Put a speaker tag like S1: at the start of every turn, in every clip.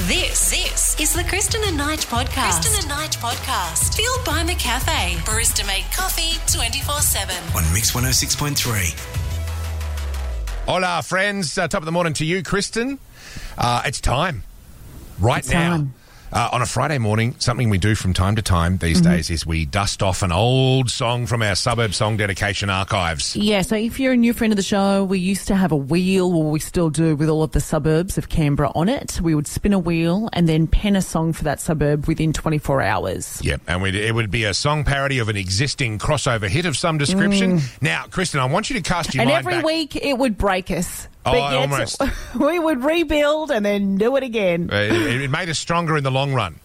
S1: This, this is the Kristen and Knight podcast. Kristen and Knight podcast. Fueled by McCafe. Barista made coffee 24 7.
S2: on Mix 106.3.
S3: Hola, friends. Uh, top of the morning to you, Kristen. Uh, it's time. Right now.
S4: time.
S3: Uh, on a Friday morning, something we do from time to time these days is we dust off an old song from our suburb song dedication archives.
S4: Yeah, so if you're a new friend of the show, we used to have a wheel, or we still do with all of the suburbs of Canberra on it. We would spin a wheel and then pen a song for that suburb within 24 hours.
S3: Yep, and we'd, it would be a song parody of an existing crossover hit of some description. Now, Kristen, I want you to cast your
S4: and
S3: mind
S4: every
S3: back.
S4: week it would break us.
S3: Oh,
S4: But yet
S3: almost.
S4: We would rebuild and then do it again.
S3: Uh, it, it made us stronger in the long run.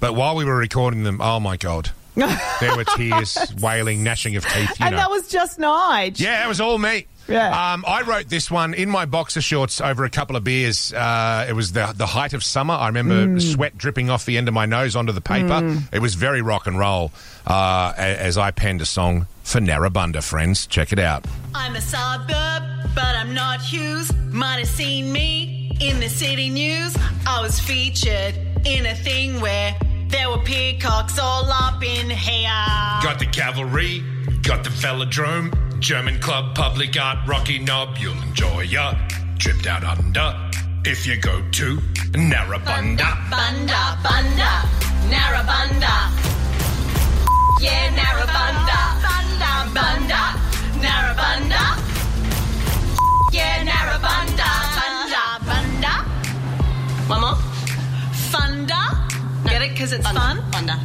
S3: But while we were recording them, oh my god, there were tears, wailing, gnashing of teeth. You
S4: and
S3: know.
S4: that was just Nige.
S3: Yeah, that was all me.
S4: Yeah.
S3: Um, I wrote this one in my boxer shorts over a couple of beers. Uh, it was the the height of summer. I remember sweat dripping off the end of my nose onto the paper. It was very rock and roll uh, a- as I penned a song for Narrabunda, friends. Check it out.
S5: I'm a suburb, but I'm not Hughes. Might have seen me in the city news. I was featured in a thing where there were peacocks all up in here.
S3: Got the cavalry, got the velodrome, German club, public art, Rocky Knob. You'll enjoy ya. Tripped out under if you go to Narrabunda.
S5: Bunda, bunda, narabunda. Yeah, narabunda. Bunda, bunda, narabunda. Yeah, narabunda. Bunda, bunda. One more. Thunder. Get it? Because it's fun. Thunder.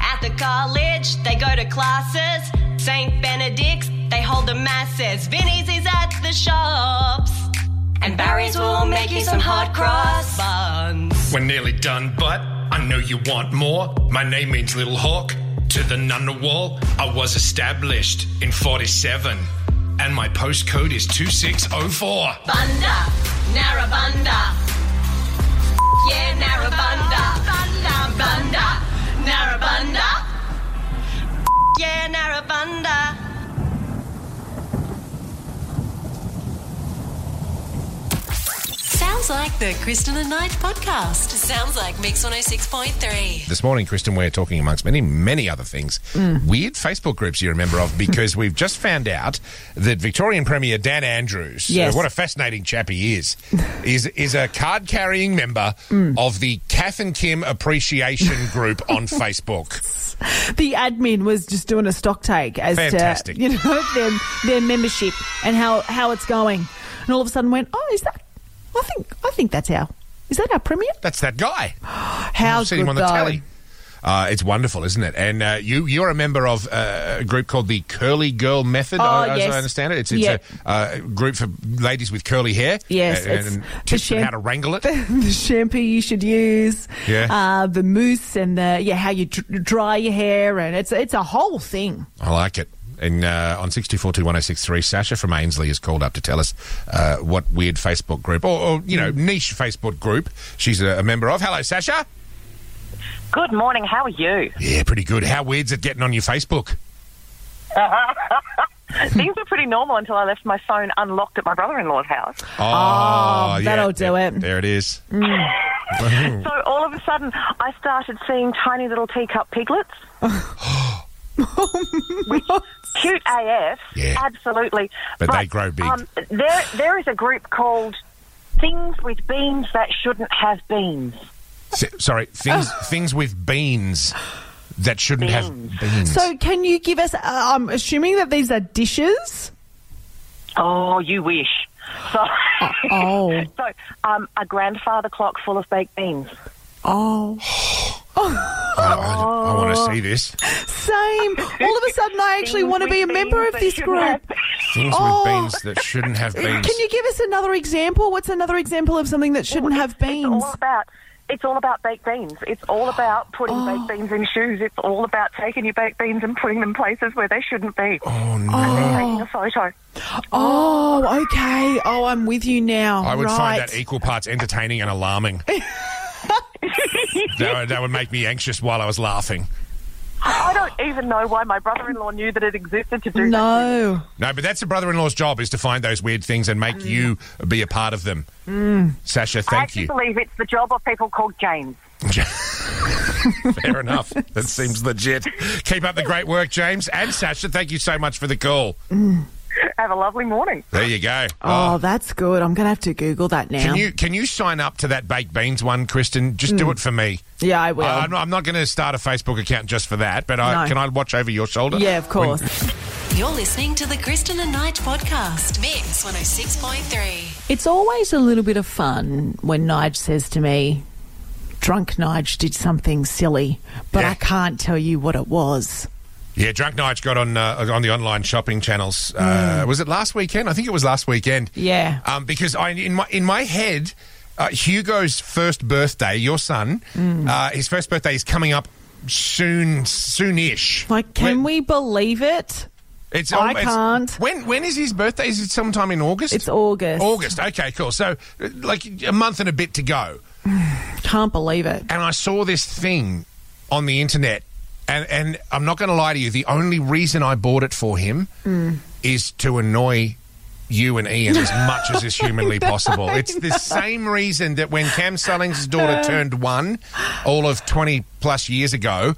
S5: At the college, they go to classes. St. Benedict's, they hold the masses. Vinny's is at the shops. And Barry's will make you some hot cross buns.
S3: We're nearly done, but I know you want more. My name means Little Hawk. To the Nunnawal, I was established in 47, and my postcode is 2604.
S5: Bunda, Narabunda. Yeah, Narabunda. Bunda, Bunda, Narabunda. Yeah, Narabunda.
S1: Sounds like the Kristen and Knight podcast. Sounds like Mix 106.3.
S3: This morning, Kristen, we're talking amongst many, many other things. Weird Facebook groups you're a member of because we've just found out that Victorian Premier Dan Andrews, uh,
S4: Yes.
S3: what a fascinating chap he is, is is a card carrying member of the Kath and Kim Appreciation Group on Facebook.
S4: The admin was just doing a stock take as
S3: Fantastic.
S4: to you know their, their membership and how, how it's going. And all of a sudden went, oh, is that? I think I think that's our. Is that our premier?
S3: That's that guy.
S4: How
S3: I've seen him on the telly. Uh, it's wonderful, isn't it? And uh, you you're a member of uh, a group called the Curly Girl Method,
S4: Oh,
S3: I- as
S4: yes.
S3: I understand it. It's, it's
S4: Yeah.
S3: a uh, group for ladies with curly hair.
S4: Yes,
S3: uh,
S4: it's
S3: and
S4: the
S3: tips on
S4: sham-
S3: how to wrangle it.
S4: the shampoo you should use,
S3: Yeah.
S4: uh, the mousse and the yeah how you dr- dry your hair, and it's it's a whole thing.
S3: I like it. And uh, on 6242106.3, Sasha from Ainsley is called up to tell us uh, what weird Facebook group or, or you know niche Facebook group she's a, a member of. Hello, Sasha.
S6: Good morning. How are you?
S3: Yeah, pretty good. How weird's it getting on your Facebook?
S6: Things were pretty normal until I left my phone unlocked at my brother-in-law's house.
S3: Oh,
S4: that'll do
S3: there-
S4: it.
S3: There it is. Hmm.
S6: So all of a sudden, I started seeing tiny little teacup piglets.
S3: Oh,
S6: Which- cute AF,
S3: Yeah.
S6: absolutely.
S3: But they grow big.
S6: Um, there, there is a group called Things with Beans That Shouldn't Have Beans.
S3: S- sorry, things things with beans that shouldn't have beans.
S4: So can you give us? Uh, I'm assuming that these are dishes.
S6: Oh, you wish. So,
S4: Oh,
S6: so um, a grandfather clock full of baked beans.
S4: oh,
S3: I, want to see this.
S4: same. All of a sudden, I actually
S6: Things
S4: want to
S6: with
S4: be a
S6: beans
S4: member of
S6: that
S4: this
S6: shouldn't have
S4: group.
S3: Things
S4: Oh.
S3: with beans that shouldn't have
S4: Can
S3: beans.
S4: you give us another example? What's another example of something that shouldn't have
S6: It's
S4: beans?
S6: all about. It's all about baked beans. It's all about putting
S3: Oh.
S6: baked beans in shoes. It's all about taking your baked beans and putting them places where they shouldn't be.
S3: oh no!
S6: And then taking a photo.
S4: Oh, okay. Oh, I'm with you now.
S3: I would find
S4: Right.
S3: that equal parts entertaining and alarming. that, would, that would make me anxious while I was laughing.
S6: I don't even know why my brother-in-law knew that it existed to
S3: e-
S6: do that.
S4: No.
S3: No, but that's a brother-in-law's job is to find those weird things and make you be a part of them.
S4: Mm.
S3: Sasha,
S6: I
S3: thank
S6: actually
S3: you.
S6: believe it's the job of people called James.
S3: Fair enough. That seems legit. Keep up the great work, James and Sasha. Thank you so much for the call.
S6: Have a lovely morning.
S3: There you go.
S4: Oh, that's good. I'm going to have to Google that now.
S3: Ah. Can you can you sign up to that baked beans one, Kristen? Just
S4: Mm.
S3: do it for me.
S4: yeah, I will.
S3: I- Uh, I'm not, I'm not going to start a Facebook account just for that, but I,
S4: No.
S3: can I watch over your shoulder?
S4: yeah, of
S3: When-
S4: course.
S1: You're listening to the Kristen and Knight podcast, Mix 106.3.
S4: It's always a little bit of fun when Nige says to me, Drunk Nige did something silly, but
S3: Yeah.
S4: I can't tell you what it was.
S3: Yeah, Drunk Nights got on uh, on the online shopping channels. Uh, Was it last weekend? I think it was last weekend.
S4: Mm. Yeah.
S3: Um, because I in my in my head, uh, Hugo's first birthday, your son,
S4: Mm.
S3: uh, his first birthday is coming up soon, soonish.
S4: Like,
S3: When-
S4: can we believe it?
S3: It's,
S4: I
S3: it's-
S4: can't.
S3: When when is his birthday? Is it sometime in August?
S4: It's August.
S3: August. Okay, cool. So uh, like a month and a bit to go.
S4: Can't believe it.
S3: and I saw this thing on the internet, and, and I'm not going to lie to you, the only reason I bought it for him is to annoy you and Ian as much as is humanly possible. It's the same reason that when Cam Sullings' daughter turned one, all of 20 plus years ago,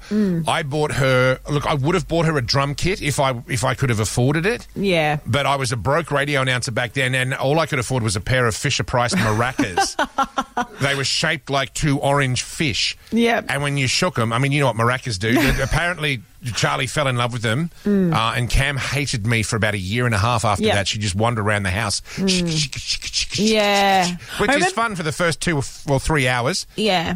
S3: I bought her. Look, I would have bought her a drum kit if I if I could have afforded it.
S4: Yeah.
S3: But I was a broke radio announcer back then, and all I could afford was a pair of Fisher Price maracas. they were shaped like two orange fish.
S4: Yep.
S3: And when you shook them, I mean, you know what maracas do. But apparently, Charlie fell in love with them,
S4: Mm.
S3: uh, and Cam hated me for about a year and a half after
S4: Yep.
S3: that. She just wandered around the house.
S4: Mm. Yeah.
S3: Which
S4: I
S3: is
S4: remem-
S3: fun for the first two or f- well, three hours.
S4: Yeah.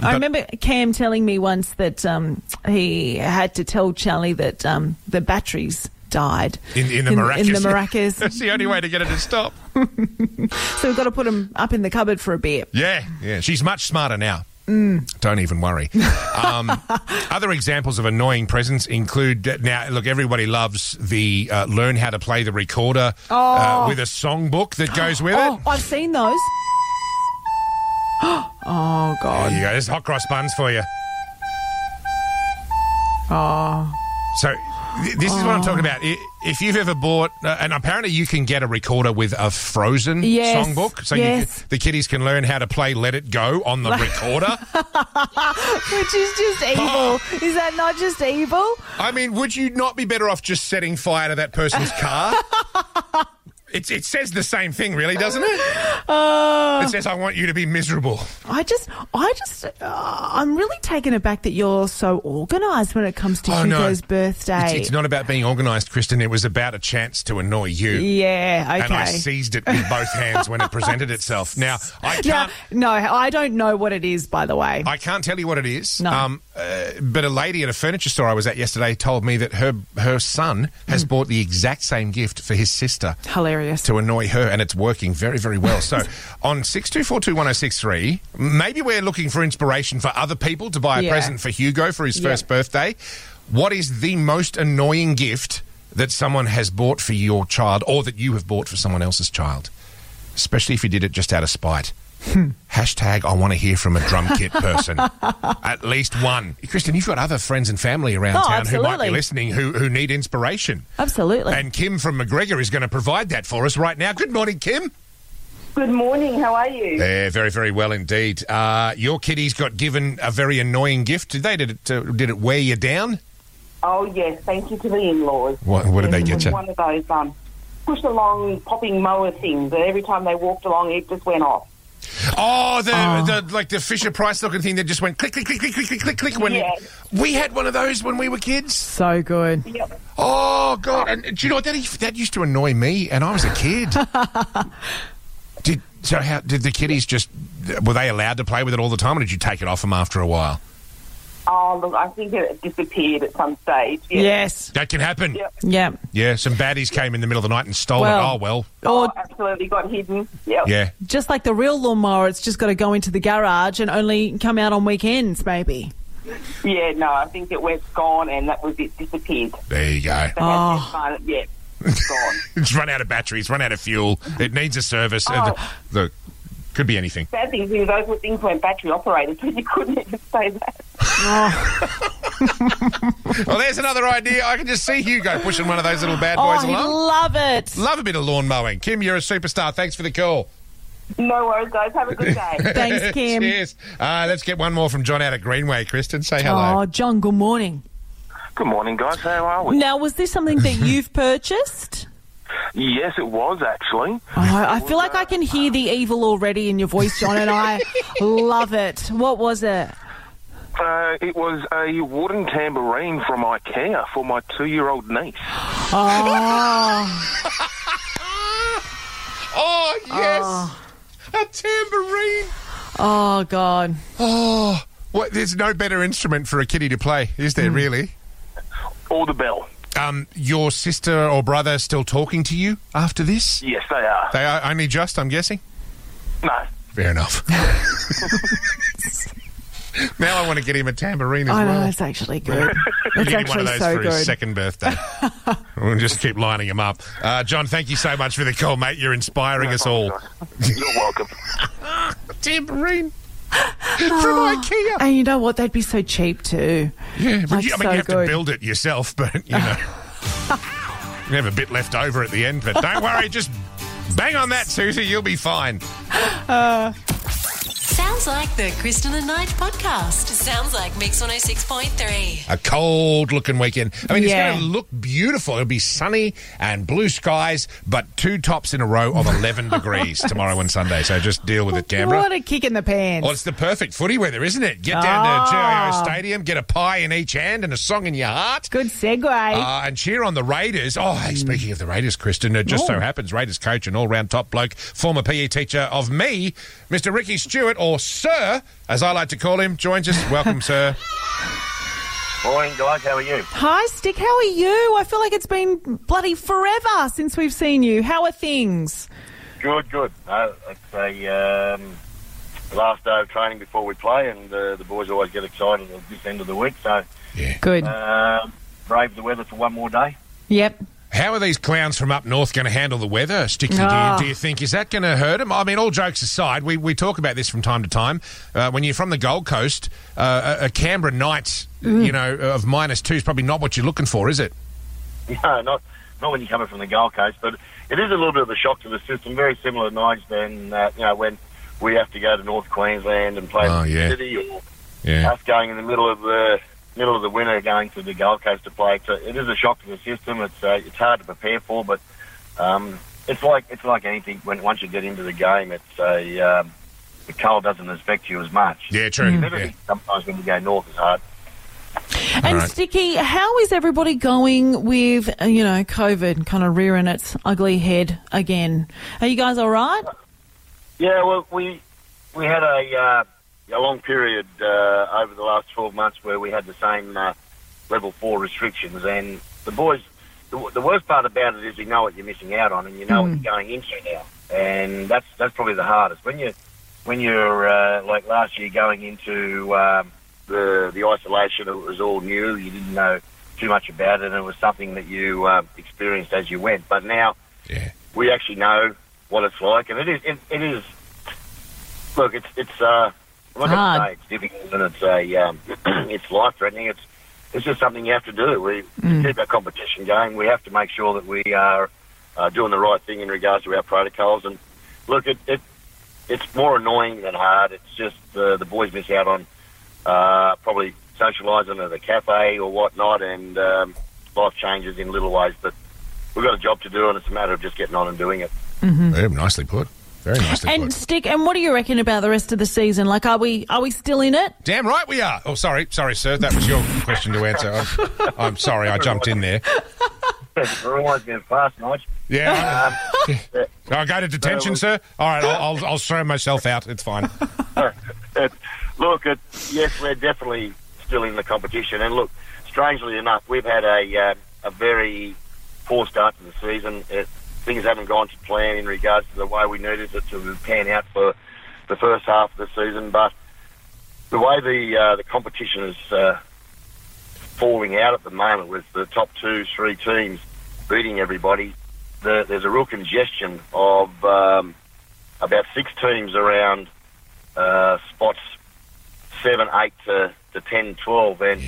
S4: I
S3: But-
S4: remember Cam telling me once that um, he had to tell Charlie that um, the batteries died
S3: In, in the maracas.
S4: In the maracas.
S3: That's the only way to get her to stop.
S4: so we've got to put them up in the cupboard for a bit.
S3: Yeah, yeah. She's much smarter now.
S4: Mm.
S3: Don't even worry. Um, other examples of annoying presents include now. Look, everybody loves the uh, learn how to play the recorder uh, with a songbook that goes with
S4: Oh,
S3: it.
S4: I've seen those. oh
S3: There
S4: God!
S3: you go. There's hot cross buns for you. Oh. So th- this is what I'm
S4: Oh.
S3: talking about. I- If you've ever bought, uh, and apparently you can get a recorder with a frozen
S4: Yes,
S3: songbook, so you,
S4: yes.
S3: can- the kiddies can learn how to play "Let It Go" on the recorder.
S4: Which is just evil. Is that not just evil?
S3: I mean, would you not be better off just setting fire to that person's car? it, it says the same thing, really, doesn't it?
S4: Oh.
S3: it says, I want you to be miserable.
S4: I just, I just, uh, I'm really taken aback that you're so organised when it comes to
S3: Oh, no.
S4: Hugo's birthday.
S3: It's, it's not about being organised, Kristen. It was about a chance to annoy you.
S4: yeah.
S3: And I
S4: Okay.
S3: seized it with both hands when it presented itself. Now, I
S4: Now,
S3: can't.
S4: no, I don't know what it is, by the way.
S3: I can't tell you what it is.
S4: No.
S3: uh, but a lady at a furniture store I was at yesterday told me that her her son
S4: Hmm.
S3: has bought the exact same gift for his sister.
S4: Hilarious.
S3: to annoy her, and it's working very, very well. So on six two four two one zero six three, maybe we're looking for inspiration for other people to buy a
S4: Yeah.
S3: present for Hugo for his
S4: Yeah.
S3: first birthday. What is the most annoying gift that someone has bought for your child, or that you have bought for someone else's child? Especially if you did it just out of spite.
S4: Hmm.
S3: Hashtag I want to hear from a drum kit person. At least one. Kristen, you've got other friends and family around
S4: Oh,
S3: town who might be
S4: absolutely.
S3: listening who, who need inspiration.
S4: Absolutely.
S3: And Kim from McGregor is going to provide that for us right now. Good morning, Kim.
S7: Good morning. How are you?
S3: Yeah, very, very well indeed. Uh, your kiddies got given a very annoying gift today. Did it, uh, did it wear you down?
S7: Oh yes, thank you to the in-laws.
S3: What, what did they
S7: It
S3: get
S7: was
S3: you?
S7: One of those um, push along popping mower things that every time they walked along, it just went off.
S3: Oh, the, the like the Fisher Price looking thing that just went click, click, click, click, click, click, click, click. When
S7: Yeah.
S3: we had one of those when we were kids.
S4: so good.
S7: Yep.
S3: Oh God! And do you know what that that used to annoy me? And I was a kid. did so? How did the kiddies just were they allowed to play with it all the time, or did you take it off them after a while?
S7: Oh look, I think it disappeared at some stage. Yeah.
S4: Yes.
S3: That can happen.
S7: Yep.
S4: Yeah.
S3: Yeah, some baddies came in the middle of the night and stole
S4: Well-
S3: it. Oh well.
S7: Oh,
S4: Or
S7: absolutely got hidden. Yep.
S3: Yeah.
S4: just like the real lawnmower, it's just got to go into the garage and only come out on weekends, maybe.
S7: Yeah. No, I think it went gone, and that was it. Disappeared.
S3: There you go.
S7: They had their fun. Yeah. it's gone.
S3: It's run out of batteries, run out of fuel. It needs a service. Uh,
S4: Oh.
S3: th- Look, could be anything.
S7: Bad thing is those were things weren't battery operated, so you couldn't even say that.
S3: well, there's another idea. I can just see Hugo pushing one of those little bad
S4: Oh,
S3: boys
S4: he'd
S3: along.
S4: love it.
S3: Love a bit of lawn mowing. Kim, you're a superstar. Thanks for the call.
S7: No worries, guys. Have a good day.
S4: Thanks, Kim.
S3: Cheers. Uh, let's get one more from John out at Greenway. Kristen, say hello.
S4: Oh, John, good morning.
S8: Good morning, guys. How are we?
S4: Now, was this something that you've purchased?
S8: Yes, it was actually.
S4: Oh, I feel like I can hear the evil already in your voice, John, and I love it. What was it?
S8: Uh, it was a wooden tambourine from IKEA for my two-year-old niece.
S3: Oh, yes. A tambourine.
S4: Oh, God.
S3: Oh, what, there's no better instrument for a kiddie to play, is
S4: Mm.
S3: there, really?
S8: Or the bell.
S3: Um, your sister or brother still talking to you after this?
S8: Yes, they are.
S3: They are only just, I'm guessing?
S8: No.
S3: Fair enough. now I want to get him a tambourine as
S4: I
S3: well.
S4: know, it's actually good.
S3: You
S4: It's
S3: get one
S4: actually
S3: of those
S4: so
S3: for his
S4: good.
S3: second birthday. we'll just keep lining him up. Uh, John, thank you so much for the call, mate. You're inspiring us all.
S8: You're welcome.
S3: Tambourine from IKEA.
S4: And you know what? They'd be so cheap, too.
S3: Yeah, but
S4: Like,
S3: you, I mean,
S4: so
S3: you have to
S4: good.
S3: build it yourself, but you know, you have a bit left over at the end. But don't worry, just bang on that, Susie. You'll be fine.
S1: Sounds like the Kristen and Knight podcast. Sounds like Mix 106.3.
S3: A cold looking weekend. I mean,
S4: Yeah.
S3: it's going to look beautiful. It'll be sunny and blue skies, but two tops in a row of 11 degrees tomorrow and Sunday. So just deal with it, Canberra.
S4: What a kick in the pants.
S3: Well, it's the perfect footy weather, isn't it? Get down to
S4: Ah.
S3: GIO Stadium, get a pie in each hand and a song in your heart.
S4: Good segue.
S3: Uh, and cheer on the Raiders. Oh,
S4: Mm.
S3: hey, speaking of the Raiders, Kristen, it just so
S4: Oh.
S3: happens Raiders coach and all round top bloke, former PE teacher of me, Mr. Ricky Stewart, or Sir, as I like to call him, joins us. Welcome, Sir.
S8: Morning, guys. How are you?
S4: Hi, Stick. How are you? I feel like it's been bloody forever since we've seen you. How are things?
S9: Good, good. No, it's a um, last day of training before we play, and uh, the boys always get excited at this end of the week. So,
S4: Good.
S3: Uh,
S9: um, brave the weather for one more day.
S4: yep.
S3: How are these clowns from up north going to handle the weather, Sticky?
S4: Ah.
S3: Do, you, do you think is that going to hurt them? I mean, all jokes aside, we, we talk about this from time to time. Uh, when you're from the Gold Coast, uh, a, a Canberra night,
S4: Mm.
S3: you know, of minus two is probably not what you're looking for, is it?
S9: No, not not when you're coming from the Gold Coast, but it is a little bit of a shock to the system. Very similar, Nige, than uh, you know when we have to go to North Queensland and play
S3: Oh,
S9: in the
S3: yeah.
S9: city, or
S3: Yeah.
S9: us going in the middle of the middle of the winter going to the Gold Coast to play. So it is a shock to the system. It's uh, it's hard to prepare for, but um, it's like it's like anything. When once you get into the game, it's a um, the cold doesn't affect you as much.
S3: Yeah, true.
S9: It's everything Sometimes when you go north, it's hard.
S4: And
S3: right.
S4: Sticky, how is everybody going with uh, you know COVID kind of rearing its ugly head again? Are you guys all right?
S9: Yeah, well, we we had a uh, a long period uh, over the last twelve months where we had the same uh, level four restrictions, and the boys. The, the worst part about it is you know what you're missing out on, and you know what you're going into now, and that's that's probably the hardest when you when you're uh, like last year going into um, the the isolation. It was all new. You didn't know too much about it, and it was something that you uh, experienced as you went. But now
S3: Yeah.
S9: we actually know what it's like, and it is it, it is. Look, it's it's uh, I'm not gonna
S4: Hard.
S9: say it's difficult, and it's a um, it's life threatening. It's it's just something you have to do. We to keep our competition going. We have to make sure that we are uh, doing the right thing in regards to our protocols. And look, it, it it's more annoying than hard. It's just the the boys miss out on uh, probably socialising at a cafe or whatnot, and um, life changes in little ways. But we've got a job to do, and it's a matter of just getting on and doing it.
S3: Yeah, Nicely put. Very nicely
S4: Mm. And
S3: put.
S4: Stick, and what do you reckon about the rest of the season? Like, are we are we still in it?
S3: Damn right we are. Oh, sorry, sorry, sir. That was your question to answer. I'm, I'm sorry, I jumped in there.
S9: it reminds me of last night.
S3: Yeah.
S9: Um,
S3: I go to detention,
S9: No.
S3: sir. All right, I'll, I'll, I'll throw myself out. It's fine.
S9: it, look, it, yes, we're definitely still in the competition. And look, strangely enough, we've had a uh, a very poor start to the season. It, things haven't gone to plan in regards to the way we needed it to pan out for the first half of the season. But the way the uh, the competition is uh, falling out at the moment, with the top two, three teams beating everybody, the, there's a real congestion of um, about six teams around uh, spots seven, eight to, to ten, twelve, and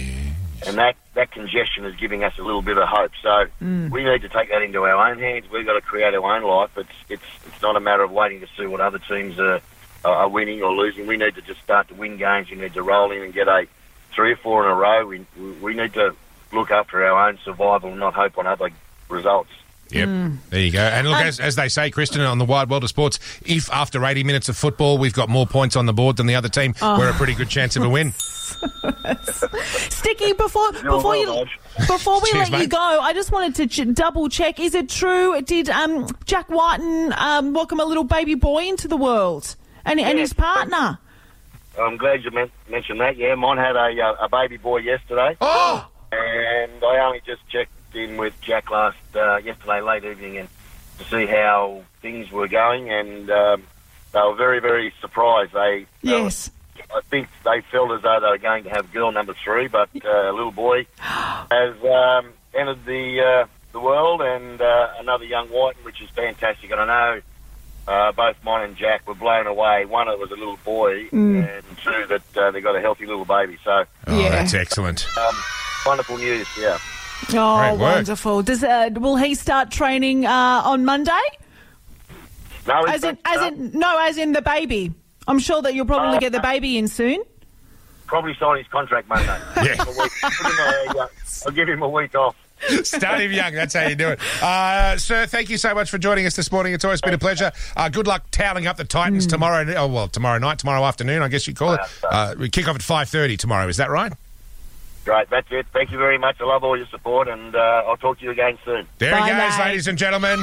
S9: and that that congestion is giving us a little bit of hope. So we need to take that into our own hands. We've got to create our own life. It's it's it's not a matter of waiting to see what other teams are are winning or losing. We need to just start to win games. We need to roll in and get a three or four in a row. We we- we need to look after our own survival and not hope on other results.
S3: Yep.
S4: Hmm.
S3: There you go. And look, as, as they say, Kristen, on the wide world of sports, if after 80 minutes of football we've got more points on the board than the other team,
S4: Oh.
S3: we're a pretty good chance of a win.
S4: Sticky, before before
S9: well
S4: you
S9: done.
S4: before we
S3: Cheers,
S4: let you
S3: mate.
S4: go, I just wanted to ch- double check: is it true? Did um, Jack Whiten um, welcome a little baby boy into the world and and his partner?
S9: I'm glad you men- mentioned that. Yeah, mine had a, uh, a baby boy yesterday. Oh! And I only just checked in with Jack last uh, yesterday late evening and to see how things were going, and um, they were very very surprised. They, they were-
S4: Yes.
S9: I think they felt as though they were going to have girl number three, but uh, little boy has um, entered the uh, the world, and uh, another young white, which is fantastic. And I know uh, both mine and Jack were blown away. One, it was a little boy,
S4: Mm.
S9: and two, that uh, they got a healthy little baby. So
S3: Oh,
S4: Yeah.
S3: that's excellent.
S9: wonderful news, yeah.
S4: Oh,
S3: work.
S4: wonderful! Does uh, will he start training uh, on Monday?
S9: No,
S4: As in,
S9: uh,
S4: as in, Uh, no, as in the baby. I'm sure that you'll probably get the baby in soon.
S9: probably sign his contract Monday.
S3: Yeah.
S9: Give him a, uh, I'll give him a week off.
S3: Start him young. That's how you do it. Uh, sir, thank you so much for joining us this morning. It's always been a pleasure. Uh, good luck toweling up the
S4: Hmm.
S3: Titans tomorrow. Oh, well, tomorrow night, tomorrow afternoon, I guess you call it. Uh, we kick off at 5.30 tomorrow. Is that right?
S9: Great, that's it. Thank you very much. I love all your support, and uh, I'll talk to you again soon.
S3: There
S4: Bye,
S3: he goes,
S4: mate.
S3: ladies and gentlemen.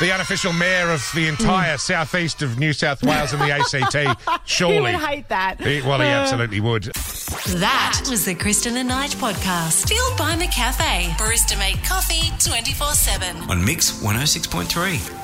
S3: The unofficial mayor of the entire southeast of New South Wales and the ACT. Surely.
S4: Hmm. He would hate that.
S3: He- well, he absolutely would.
S1: That was the Kristen and Knight podcast. Fueled by McCafe. Barista made coffee 24 7.
S2: on Mix 106.3.